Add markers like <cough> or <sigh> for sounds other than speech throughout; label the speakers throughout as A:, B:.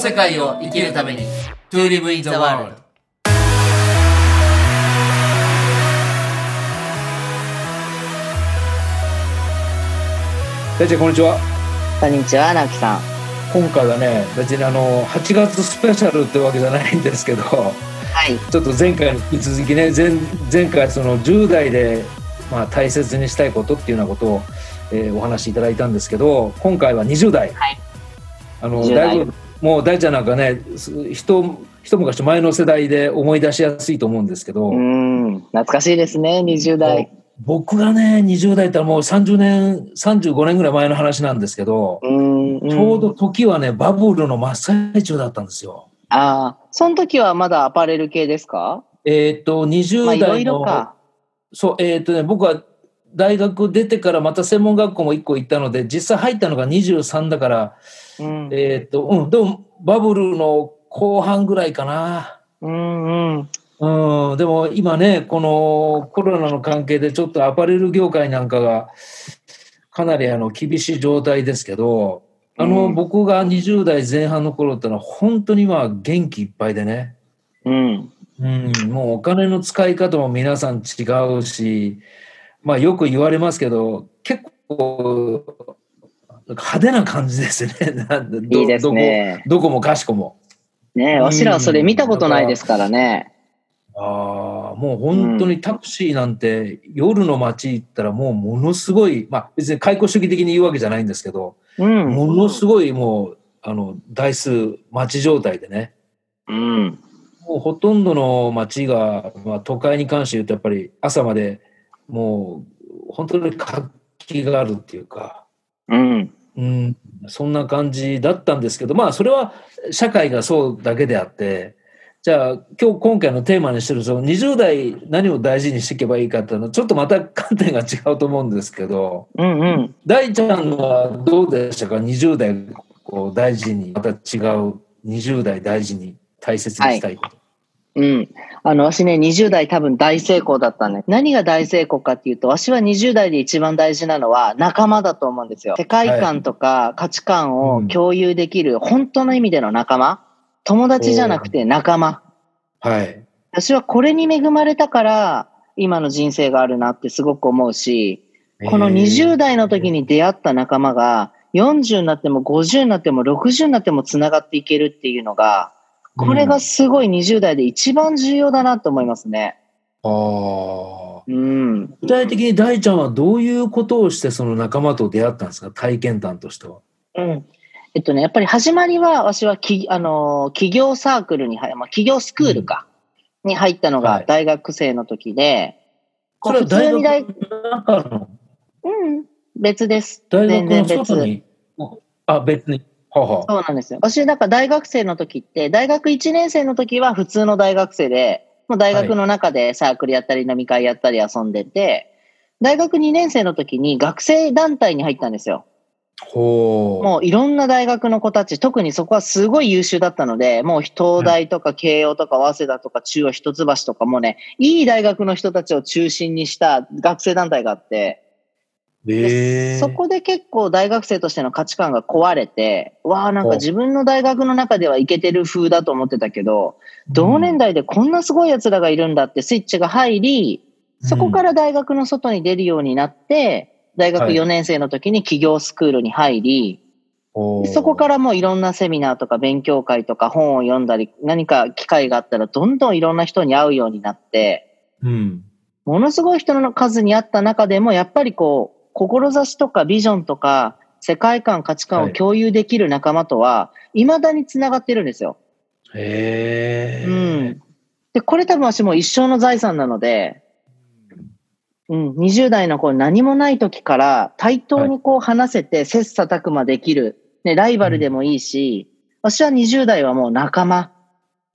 A: 世界を生きるために To live in the world
B: 大ちゃんこんにちは
C: こんにちは、なきさん。
B: 今回はね別にあの8月スペシャルってわけじゃないんですけど
C: はい。
B: ちょっと前回に引き続きね前前回その10代で、まあ、大切にしたいことっていうようなことを、えーお話しいただいたんですけど今回は20代、
C: はい
B: あの
C: 20代
B: だいぶもう大ちゃんなんかねす一一昔前の世代で思い出しやすいと思うんですけど、
C: うーん、懐かしいですね、20代。
B: 僕がね20代ってもう30年35年ぐらい前の話なんですけど、
C: うーん。ん
B: ちょうど。時はねバブルの真っ最中だったんですよ。
C: ああ、その時はまだアパレル系ですか
B: えーっと20
C: まあ、
B: 代
C: い
B: の、
C: ろいろか。
B: そうえーっとね僕は大学出てからまた専門学校も1個行ったので実際入ったのが23だから
C: うん。
B: えーっとうんでもバブルの後半ぐらいかな。
C: うんうん。
B: うん、でも今ね、このコロナの関係でちょっとアパレル業界なんかがかなりあの厳しい状態ですけど、あの、
C: うん
B: 僕が20代前半の頃ってのは本当にまあ元気いっぱいでね、
C: うん。
B: うん、もうお金の使い方も皆さん違うし、まあよく言われますけど、結構派手な感じですね。 <laughs> なんでど
C: いいですね。
B: どこどこもかしこも。
C: ねえ、わしらはそれ見たことないですからね。
B: ああ、もう本当にタクシーなんて、夜の街行ったらもうものすごい、まあ別に解雇主義的に言うわけじゃないんですけど、
C: うん。
B: ものすごいもう、あの、台数、街状態でね、
C: うん。
B: もうほとんどの街が、まあ都会に関して言うとやっぱり朝までもう本当に活気があるっていうか、
C: うん。
B: うん、そんな感じだったんですけど、まあそれは社会がそうだけであって、じゃあ今日今回のテーマにしてるその20代何を大事にしていけばいいかっていうのはちょっとまた観点が違うと思うんですけど、
C: うんうん。
B: 大ちゃんはどうでしたか ?20 代を大事に、また違う20代大事に大切にしたいこと。
C: うん。あの、わしね、20代多分大成功だったね。何が大成功かっていうと、わしは20代で一番大事なのは仲間だと思うんですよ。世界観とか価値観
B: う
C: を
B: ん
C: 共有できる、本当の意味での仲間。友達じゃなくて仲間。
B: はい。
C: 私はこれに恵まれたから、今の人生があるなってすごく思うし、この20代の時に出会った仲間が、40になっても50になっても60になっても繋がっていけるっていうのが、これがすごい20代で一番重要だなと思いますね。
B: あー
C: うん。
B: 具体的に大ちゃんはどういうことをしてその仲間と出会ったんですか体験談としては。
C: うん。えっとね、やっぱり始まりは、私はき、あのー、企業サークルに入、まあ、企業スクールか、に入ったの
B: は
C: が
B: い
C: 大学生の時で、こ
B: そうれは大学
C: 普通に大
B: の中の
C: うん、別です。
B: 大学
C: 全然
B: の
C: 別。
B: 外にあ別にはは
C: そうなんですよ。私、だから大学生の時って、大学1年生の時は普通の大学生で、もう大学の中でサークルやったり飲み会やったり遊んでて、大学2年生の時に学生団体に入ったんですよ。
B: ほう
C: もういろんな大学の子たち、特にそこはすごい優秀だったので、もう東大とか慶応とか早稲田とか中央一橋とかもうね、いい大学の人たちを中心にした学生団体があって、
B: えー
C: そこで結構大学生としての価値観が壊れて、わあなんか自分の大学の中ではいけてる風だと思ってたけど、同年代でこんなすごい奴らがいるんだってスイッチが入り、そこから大学の外に出るようになって、大学
B: はい
C: 4年生の時に企業スクールに入り、
B: ほう
C: そこからもういろんなセミナーとか勉強会とか本を読んだり、何か機会があったらどんどんいろんな人に会うようになって、
B: うん
C: ものすごい人の数にあった中でも、やっぱりこう、志とかビジョンとか、世界観、価値観
B: は
C: を
B: い
C: 共有できる仲間とは、未だにつながってるんですよ。
B: へえ
C: うん。で、これ多分私もう一生の財産なので、うん、20代の子何もない時から対等にこう話せて切磋琢磨できる。ね、ライバルでもいいし、私は20代はもう仲間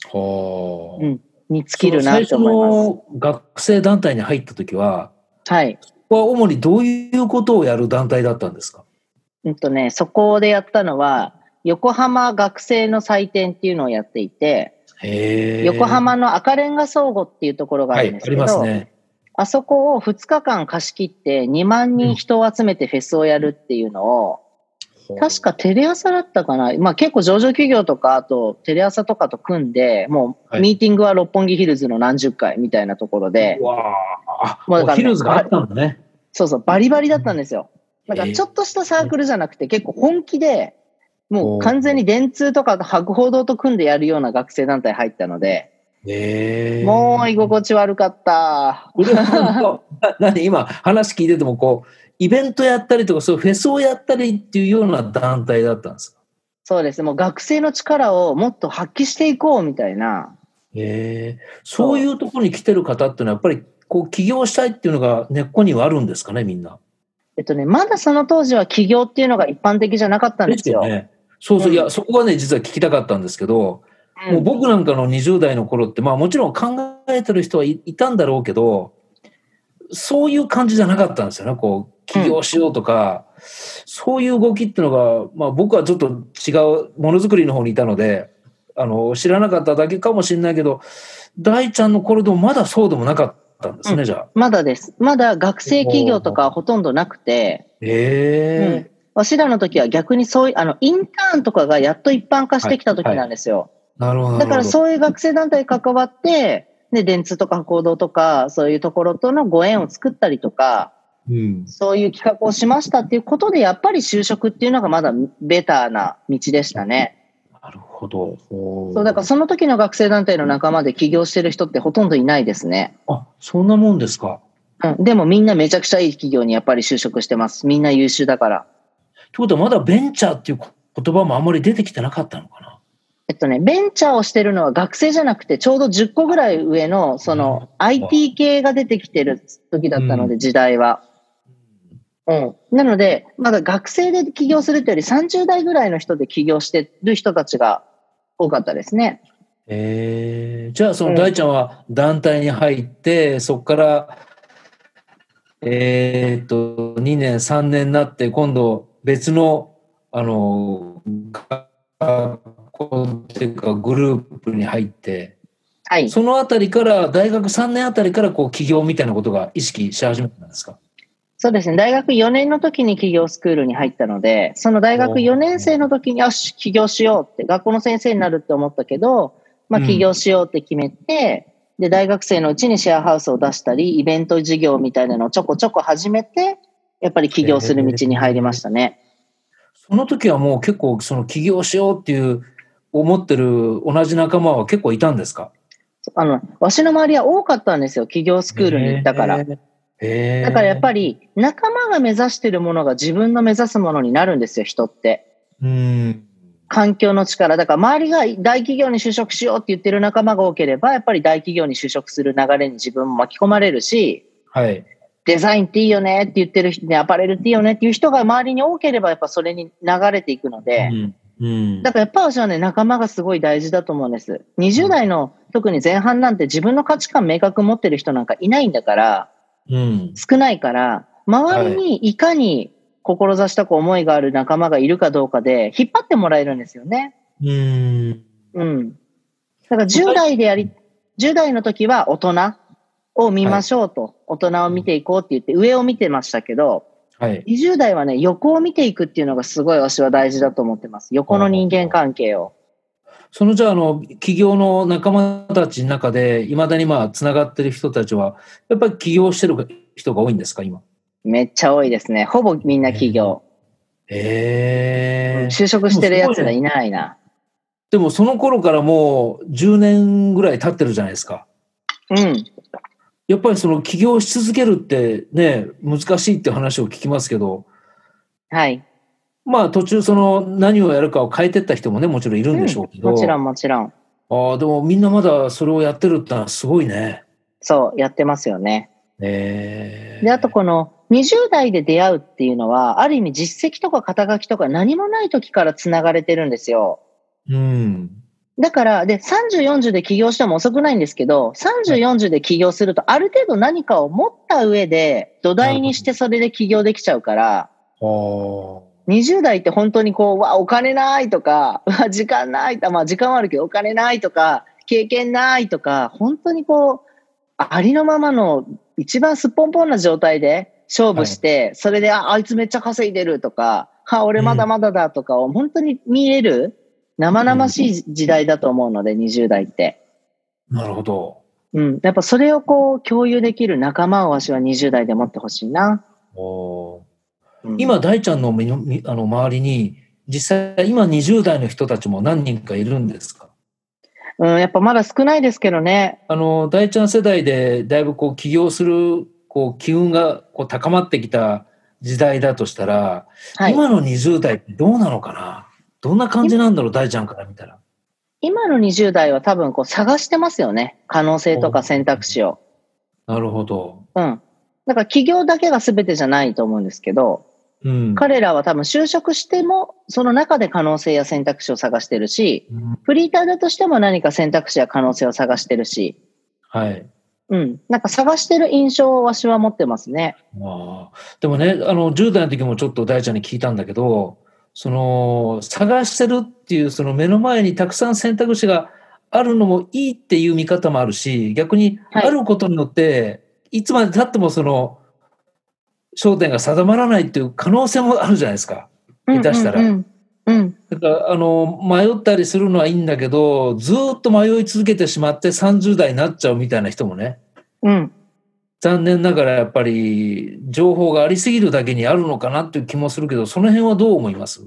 B: ほう
C: うんに尽きるなと思います。
B: その最初の学生団体に入った時は
C: はい。
B: ここは主にどういうことをやる団体だったんですか
C: うんとね、そこでやったのは、横浜学生の祭典っていうのをやっていて、
B: へえ
C: 横浜の赤レンガ相互っていうところがあ
B: は
C: る
B: い
C: んです
B: あ
C: け
B: り
C: ど、
B: ますね
C: あそこを2日間貸し切って2万人人を集めてフェスをやるっていうのを、確かテレ朝だったかな、まあ、結構上場企業とか、あとテレ朝とかと組んで、も
B: は
C: う
B: い
C: ミーティングは六本木ヒルズの何十回みたいなところで、
B: うわあ、
C: もうだ
B: も
C: から
B: うヒルズがあったんだね。
C: そうそう、バリバリだったんですよ。だからちょっとしたサークルじゃなくて、結構本気で、もう完全に電通とか博報堂と組んでやるような学生団体入ったので、
B: ええ
C: もう居心地悪かった。
B: うるさ
C: <laughs>
B: いな何今話聞いててもこうイベントやったりとかそういうフェスをやったりっていうような団体だったんですか
C: そうですね、もう学生の力をもっと発揮していこうみたいな。
B: ええそういうところに来てる方っていうのはやっぱりこう起業したいっていうのが根っこにはあるんですかねみんな。
C: えっとね、まだその当時は起業っていうのが一般的じゃなかったんですよ。
B: ね。そうそう、
C: うん
B: いやそこがね実は聞きたかったんですけど、
C: うん
B: もう僕なんかの20代の頃ってまあもちろん考えてる人はいいたんだろうけどそういう感じじゃなかったんですよねこう起業しようとか、そういう動きっていうのが、まあ、僕はちょっと違うものづくりの方にいたのであの知らなかっただけかもしれないけど大ちゃんの頃でもまだそうでもなかったんですね、
C: うん
B: じゃあ。
C: まだです。まだ学生企業とかはほとんどなくて、う
B: え
C: んわしらの時は逆にそういう、あの、インターンとかがやっと一般化してきた時なんですよ。
B: ーなるほどなるほど。
C: だからそういう学生団体に関わって、で、電通とか報道とか、そういうところとのご縁を作ったりとか、
B: うん
C: そういう企画をしましたっていうことで、やっぱり就職っていうのがまだベターな道でしたね。
B: なるほど。
C: そう、だからその時の学生団体の仲間で起業してる人ってほとんどいないですね。
B: あそんなもんですか。
C: うん、でもみんなめちゃくちゃいい企業にやっぱり就職してます。みんな優秀だから。
B: ってことはまだベンチャーっていう言葉もあんまり出てきてなかったのかな。
C: えっとね、ベンチャーをしてるのは学生じゃなくて、ちょうど10個ぐらい上の、その、IT 系が出てきてる時だったので、時代は。うん。なので、まだ学生で起業するというより、30代ぐらいの人で起業してる人たちが多かったですね。
B: えー、じゃあそうの
C: ん
B: 大ちゃんは団体に入って、そこからえーっと2年3年になって今度別のあの学校っていうかグループに入って
C: はい。
B: そのあたりから大学3年あたりからこう起業みたいなことが意識し始めたんですか
C: そうですね。大学4年の時に起業スクールに入ったので、その大
B: お
C: 学
B: ー
C: 4年生の時に、よし、起業しようって、学校の先生になるって思ったけど、まあ、
B: うん
C: 起業しようって決めて、で、大学生のうちにシェアハウスを出したり、イベント事業みたいなのをちょこちょこ始めて、やっぱり起業する道に入りましたね。
B: その時はもう結構その起業しようっていう思ってる同じ仲間は結構いたんですか
C: あの、わしの周りは多かったんですよ。起業スクールに行ったから。。
B: え
C: だからやっ
B: り。
C: ぱり、仲間が目指してるものが自分の目指すものになるんですよ、人って。
B: うん。
C: 環境の力。だから周りが大企業に就職しようって言ってる仲間が多ければ、やっぱり大企業に就職する流れに自分も巻き込まれるし、
B: はい。
C: デザインっていいよねって言ってる人ね、アパレルっていいよねっていう人が周りに多ければ、やっぱそれに流れていくので、
B: うんうん
C: だからやっぱ私はね、仲間がすごい大事だと思うんです。20代の特に前半なんて自分の価値観明確持ってる人なんかいないんだから、
B: うん。
C: 少ないから、周りにいかに志したく思いがある仲間がいるかどうかで、引っ張ってもらえるんですよね。
B: うん。
C: うん。だから10代でやり、10代の時は大人を見ましょうと、大人を見ていこうって言って、上を見てましたけど、
B: はい。
C: 20代はね、横を見ていくっていうのがすごい私は大事だと思ってます。横の人間関係を。
B: そのじゃあ、あの、企業の仲間たちの中で、いまだにまあ、つながってる人たちは、やっぱり起業してる人が多いんですか、今。
C: めっちゃ多いですね。ほぼみんな企業。
B: ええ
C: 就職してるやつがいないな。
B: でも、その頃からもう、10年ぐらい経ってるじゃないですか。
C: うん。
B: やっぱりその起業し続けるってね、難しいって話を聞きますけど、
C: はい。
B: まあ途中その何をやるかを変えてった人もね、もちろんいるんでしょうけど。
C: もちろんもちろん。
B: ああ、でもみんなまだそれをやってるってのはすごいね。
C: そう、やってますよね。
B: ええ
C: で、あとこの20代で出会うっていうのは、ある意味実績とか肩書きとか何もない時から繋がれてるんですよ。
B: うん。
C: だから、で、30、40で起業しても遅くないんですけど、30、40で起業すると、ある程度何かを持った上で、土台にしてそれで起業できちゃうから、
B: は
C: 20代って本当にこう、うわ、お金ないとか、 <laughs> うわ、時間ない、あまあ時間はあるけど、お金ないとか、経験ないとか、本当にこう、ありのままの一番すっぽんぽんな状態で勝負して、それで、あ、あいつめっちゃ稼いでるとか、は、俺まだまだだとかを本当に見える生々しい時代だと思うので、20代って。
B: なるほど。
C: うん。やっぱそれをこう共有できる仲間をわしは20代で持ってほしいな。
B: おー
C: うん
B: 今、大ちゃんのみのみあの周りに、実際、今20代の人たちも何人かいるんですか
C: うん、やっぱまだ少ないですけどね。
B: あの、大ちゃん世代で、だいぶこう、起業する、こう、機運がこう高まってきた時代だとしたら、
C: はい。
B: 今の20代ってどうなのかなどんな感じなんだろう、大ちゃんから見たら。
C: 今の20代は多分こう探してますよね。可能性とか選択肢を。
B: なるほど。
C: うん。だから企業だけが全てじゃないと思うんですけど、
B: うん。
C: 彼らは多分就職しても、その中で可能性や選択肢を探してるし、
B: うん
C: フリーターだとしても何か選択肢や可能性を探してるし、
B: はい。
C: うん。なんか探してる印象をわしは持ってますね。
B: まあ、でもね、あの、10代の時もちょっと大ちゃんに聞いたんだけど、その、探してるっていう、その目の前にたくさん選択肢があるのもいいっていう見方もあるし、逆に、
C: は
B: あ
C: い
B: ることによって、い、つまで経ってもその、焦点が定まらないっていう可能性もあるじゃないですか。下手したら
C: うんうんうん。うん。
B: だから、あの、迷ったりするのはいいんだけど、ずーっと迷い続けてしまって30代になっちゃうみたいな人もね、
C: うん。
B: 残念ながらやっぱり情報がありすぎるだけにあるのかなっていう気もするけど、その辺はどう思います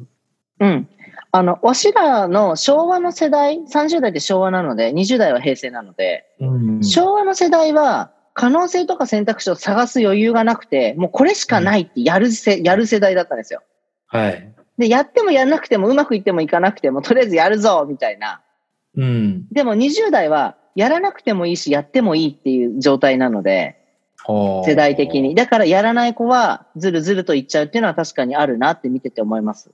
C: うん。あの、わしらの昭和の世代、30代で昭和なので、20代は平成なので、
B: うん
C: 昭和の世代は、可能性とか選択肢を探す余裕がなくて、もうこれしかないってやるせ、やる世代だったんですよ。
B: はい。
C: で、やってもやらなくても、うまくいってもいかなくても、とりあえずやるぞみたいな。
B: うん。
C: でも20代は、やらなくてもいいし、やってもいいっていう状態なので、
B: ほう
C: 世代的に。。だから、やらない子は、ずるずると言っちゃうっていうのは確かにあるなって見てて思います。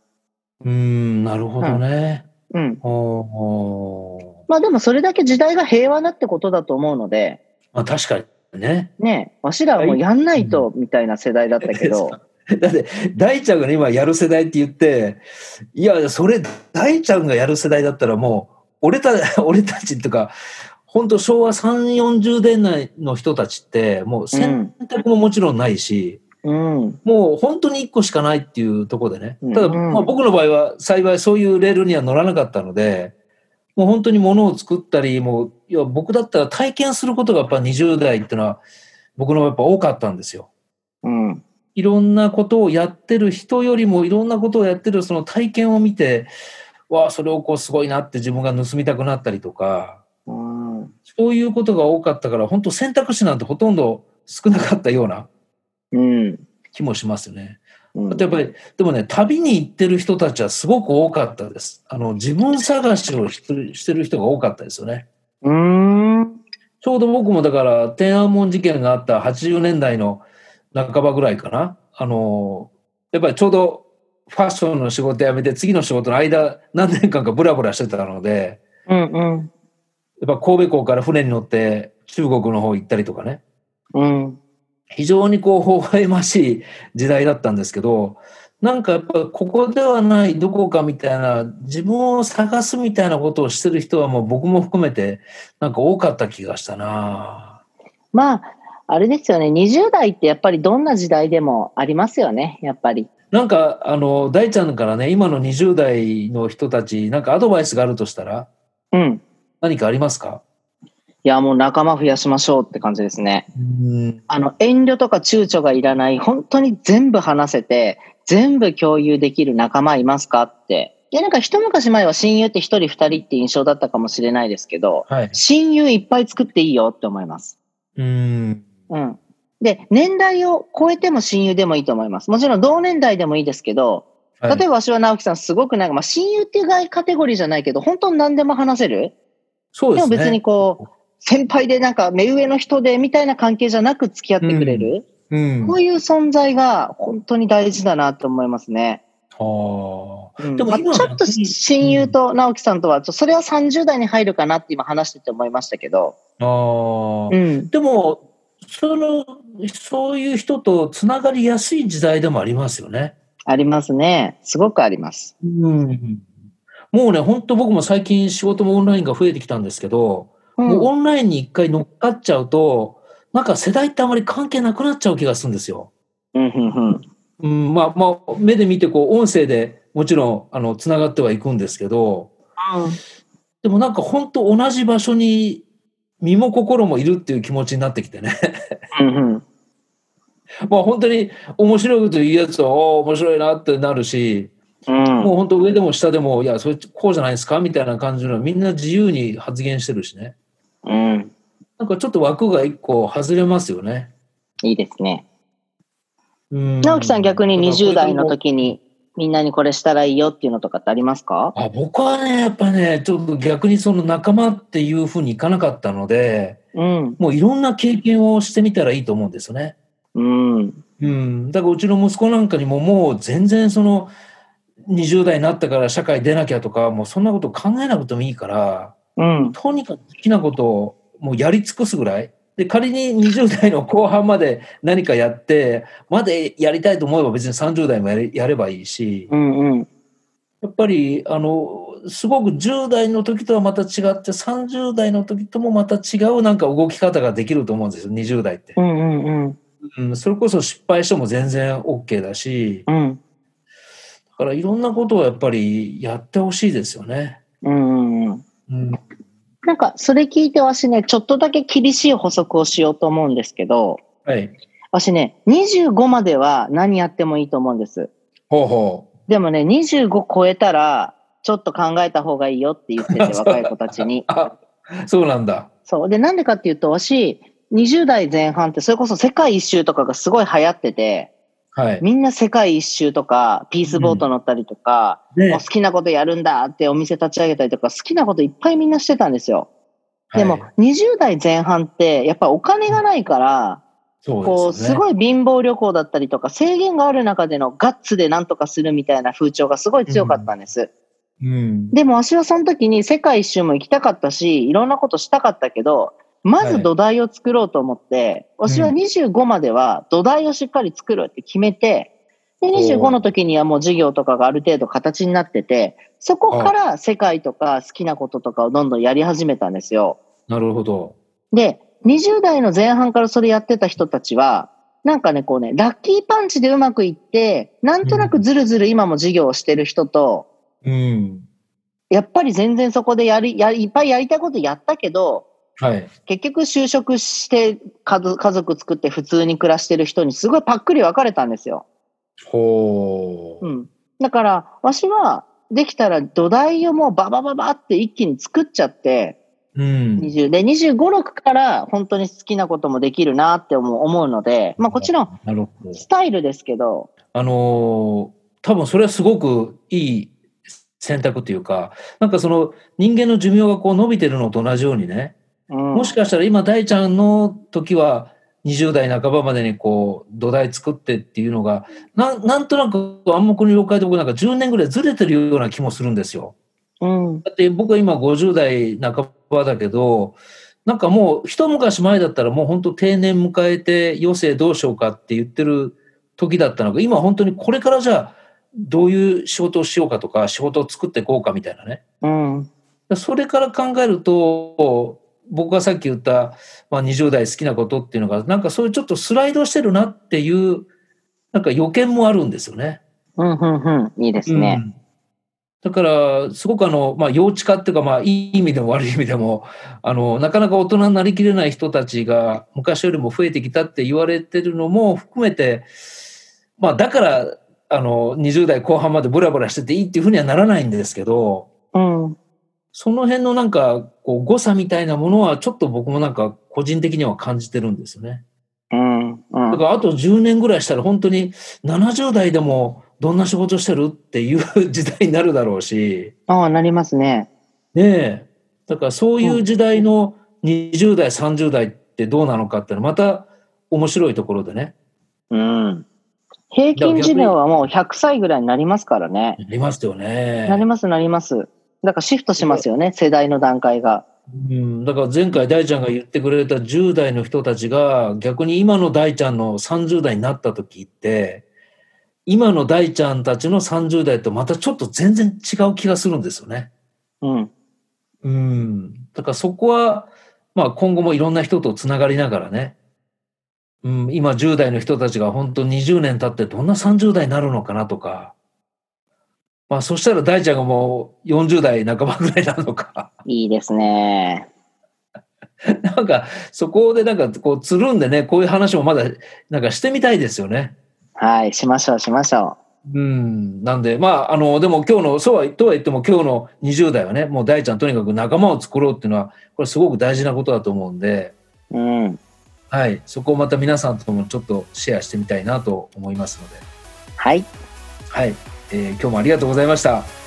B: うん、なるほどね。
C: うん。
B: ほうほう
C: まあでも、それだけ時代が平和だってことだと思うので、
B: まあ確かにね。 <laughs>
C: ねえ、わしらはもうやんないと、みたいな世代だったけ <laughs> ど、
B: だって、大ちゃんがね今やる世代って言って、いや、それ、大ちゃんがやる世代だったらもう、俺た <laughs> 俺たちっていうか、本当昭和3、40年代の人たちって、もう
C: う
B: 選
C: ん。
B: 択ももちろんないし、
C: うん。
B: もう本当に1個しかないっていうところでね
C: うん、
B: ただ、
C: うん
B: まあ、僕の場合は幸いそういうレールには乗らなかったので、もう本当に物を作ったり、もういや僕だったら体験することがやっぱ20代っていうのは、僕の場合やっぱ多かったんですよ。
C: うん。
B: いろんなことをやってる人よりも、いろんなことをやってるその体験を見て、わあ、それをこうすごいなって自分が盗みたくなったりとか、
C: うん
B: そういうことが多かったから、本当選択肢なんてほとんど少なかったような
C: うん。
B: 気もしますよね。
C: うん
B: あとやっぱり、でもね、旅に行ってる人たちはすごく多かったです。あの、自分探しをしてるしてる人が多かったですよね。
C: うーん。
B: ちょうど僕もだから、天安門事件があった80年代の半ばぐらいかな。あの、やっぱりちょうどファッションの仕事辞めて、次の仕事の間、何年間かブラブラしてたので、
C: うんうん。
B: やっぱ神戸港から船に乗って中国の方行ったりとかね。
C: うん。
B: 非常にこう、微笑ましい時代だったんですけど、なんかやっぱここではないどこかみたいな、自分を探すみたいなことをしてる人はもう僕も含めて、なんか多かった気がしたな
C: まあ、あれですよね。20代ってやっぱりどんな時代でもありますよね。やっぱり。
B: なんか、あの、大ちゃんからね、今の20代の人たち、なんかアドバイスがあるとしたら、
C: うん。
B: 何かありますか
C: いや、もう仲間増やしましょうって感じですね。
B: うん。
C: あの、遠慮とか躊躇がいらない、本当に全部話せて、全部共有できる仲間いますかって。いや、なんか一昔前は親友って一人二人って印象だったかもしれないですけど、
B: はい。
C: 親友いっぱい作っていいよって思います。
B: うん。
C: うん。で、年代を超えても親友でもいいと思います。もちろん同年代でもいいですけど、
B: は
C: 例え
B: い、
C: ばわしは直樹さんすごくなんか、まあ親友っていう概カテゴリーじゃないけど、本当に何でも話せる。
B: そう
C: で
B: です
C: も
B: ね。
C: 別にこう、先輩でなんか目上の人でみたいな関係じゃなく付き合ってくれる。
B: うん。
C: こ
B: は
C: ういう存在が本当に大事だなと思いますね。
B: あ。
C: うん
B: でも
C: まあ
B: 今は
C: ちょっと親友と直樹さんとは、ちょそれは30代に入るかなって今話してて思いましたけど。
B: ああ
C: う。ん。
B: でも、その、そういう人とつながりやすい時代でもありますよね。
C: ありますね。すごくあります。
B: うん。もうね、本当僕も最近仕事もオンラインが増えてきたんですけど、
C: うん
B: もうオンラインに一回乗っかっちゃうと、なんか世代ってあまり関係なくなっちゃう気がするんですよ。
C: うん、うん、うん。
B: うん、まあ、まあ、目で見て、こう、音声でもちろん、あの、つながってはいくんですけど、でもなんか本当同じ場所に身も心もいるっていう気持ちになってきてね。
C: うんうん。
B: まあ本当に面白いこと言うやつは、おー面白いなってなるし、
C: うん。
B: もう本当上でも下でも、いや、それこうじゃないですかみたいな感じの、みんな自由に発言してるしね。
C: うん。
B: なんかちょっと枠が一個外れますよね。
C: いいですね。
B: うん
C: 直樹さん逆に20代の。時にみんなにこれしたらいいよっていうのとかってありますか
B: あ僕はね、やっぱね、ちょっと逆にその仲間っていうふうにいかなかったので、
C: うん。
B: もういろんな経験をしてみたらいいと思うんですよね。
C: うん。
B: うん、だからうちの息子なんかにももう全然その20代になったから社会出なきゃとかもうそんなこと考えなくてもいいから
C: うん。
B: とにかく好きなことをもうやり尽くすぐらいで仮に20代の後半まで何かやってまでやりたいと思えば別に30代もやれやればいいし
C: うんうん。
B: やっぱりあのすごく10代の時とはまた違って30代の時ともまた違うなんか動き方ができると思うんですよ20代って
C: う。んうんうん。
B: うん、それこそ失敗しても全然 OK だし
C: うん。
B: だからいろんなことをやっぱりやってほしいですよね。
C: うんうんうん。
B: うん、
C: なんか、それ聞いてわしね、ちょっとだけ厳しい補足をしようと思うんですけど、
B: はい。
C: わしね、25までは何やってもいいと思うんです。
B: ほうほう。
C: でもね、25超えたら、ちょっと考えた方がいいよって言 <laughs> ってて、若い子たちに。
B: あそうなんだ。
C: そう。で、なんでかっていうと、わし、20代前半って、それこそ世界一周とかがすごい流行ってて、
B: はい。
C: みんな世界一周とか、ピースボート乗ったりとか、も
B: ね
C: う好、きなことやるんだってお店立ち上げたりとか、好きなこといっぱいみんなしてたんですよ。でも
B: はい、
C: 20代前半って、やっぱお金がないから、
B: そ
C: こ
B: うで
C: う、
B: す
C: す
B: よね。
C: ごい貧乏旅行だったりとか、制限がある中でのガッツでなんとかするみたいな風潮がすごい強かったんです。
B: うん。
C: でも、私はその時に世界一周も行きたかったし、いろんなことしたかったけど、まず土台を作ろうと思って、
B: い
C: 私は25までは土台をしっかり作るって決めて、で、
B: おー
C: 25の時にはもう事業とかがある程度形になってて、そこから世界とか好きなこととかをどんどんやり始めたんですよ。
B: なるほど。
C: で、20代の前半からそれやってた人たちは、なんかね、こうね、ラッキーパンチでうまくいって、なんとなくずるずる今も事業をしてる人と、
B: うん。
C: やっぱり全然そこでやり、やいっぱいやりたいことやったけど、
B: はい。
C: 結局就職して家族家族作って普通に暮らしてる人にすごいパックリ分かれたんですよ。
B: ほう
C: う。ん。だから、わしは、できたら土台をもうババババって一気に作っちゃって、
B: うん。
C: 20で、25、6から本当に好きなこともできるなって思う思うので、まあこっちの
B: なるほど。
C: スタイルですけど、
B: あのー多分それはすごくいい選択というか、なんかその人間の寿命がこう伸びてるのと同じようにね、
C: うん、
B: もしかしたら今大ちゃんの時は20代半ばまでにこう土台作ってっていうのがなんなんとなく暗黙の了解で僕なんか10年ぐらいずれてるような気もするんですよ。
C: うん、
B: だって僕は今50代半ばだけどなんかもう一昔前だったらもう本当定年迎えて余生どうしようかって言ってる時だったのが今本当にこれからじゃあどういう仕事をしようかとか仕事を作っていこうかみたいなね。
C: うん、
B: それから考えると、僕がさっき言った、まあ、20代好きなことっていうのが、なんかそういうちょっとスライドしてるなっていう、なんか予見もあるんですよね。
C: うん、うん、うん、いいですね。
B: うんだから、すごくあの、まあ、幼稚化っていうか、まあ、いい意味でも悪い意味でも、あの、なかなか大人になりきれない人たちが昔よりも増えてきたって言われてるのも含めて、まあ、だから、あの、20代後半までブラブラしてていいっていうふうにはならないんですけど、
C: うん、
B: その辺のなんか、こう、誤差みたいなものは、ちょっと僕もなんか、個人的には感じてるんですよね。
C: うん、うん
B: だから、あと10年ぐらいしたら、本当に70代でも、どんな仕事してるっていう時代になるだろうし、
C: ああ、なりますね。
B: ねえ。だから、そういう時代の20代、30代ってどうなのかってのはまた面白いところでね、
C: うん。平均寿命はもう100歳ぐらいになりますからね。
B: ありましたよね。
C: なります、なります。だからシフトしますよね、世代の段階が。
B: うん、だから前回大ちゃんが言ってくれた10代の人たちが逆に今の大ちゃんの30代になった時って今の大ちゃんたちの30代とまたちょっと全然違う気がするんですよね。
C: うん、
B: うん、だからそこは、まあ、今後もいろんな人とつながりながらね、うん、今10代の人たちが本当20年経ってどんな30代になるのかなとか、まあそしたら大ちゃんがもう40代半ばぐらいなのか、
C: いいですね。
B: なんかそこでなんかこうつるんでね、こういう話もまだなんかしてみたいですよね。
C: はい、しましょう、しましょ
B: うん、なんで、まあ、あの、でも今日の、そうは、とは言っても今日の20代はね、もう大ちゃんとにかく仲間を作ろうっていうのは、これすごく大事なことだと思うんで、
C: う。うん。
B: はい、そこをまた皆さんともちょっとシェアしてみたいなと思いますので、
C: はい。
B: はい、えー今日もありがとうございました。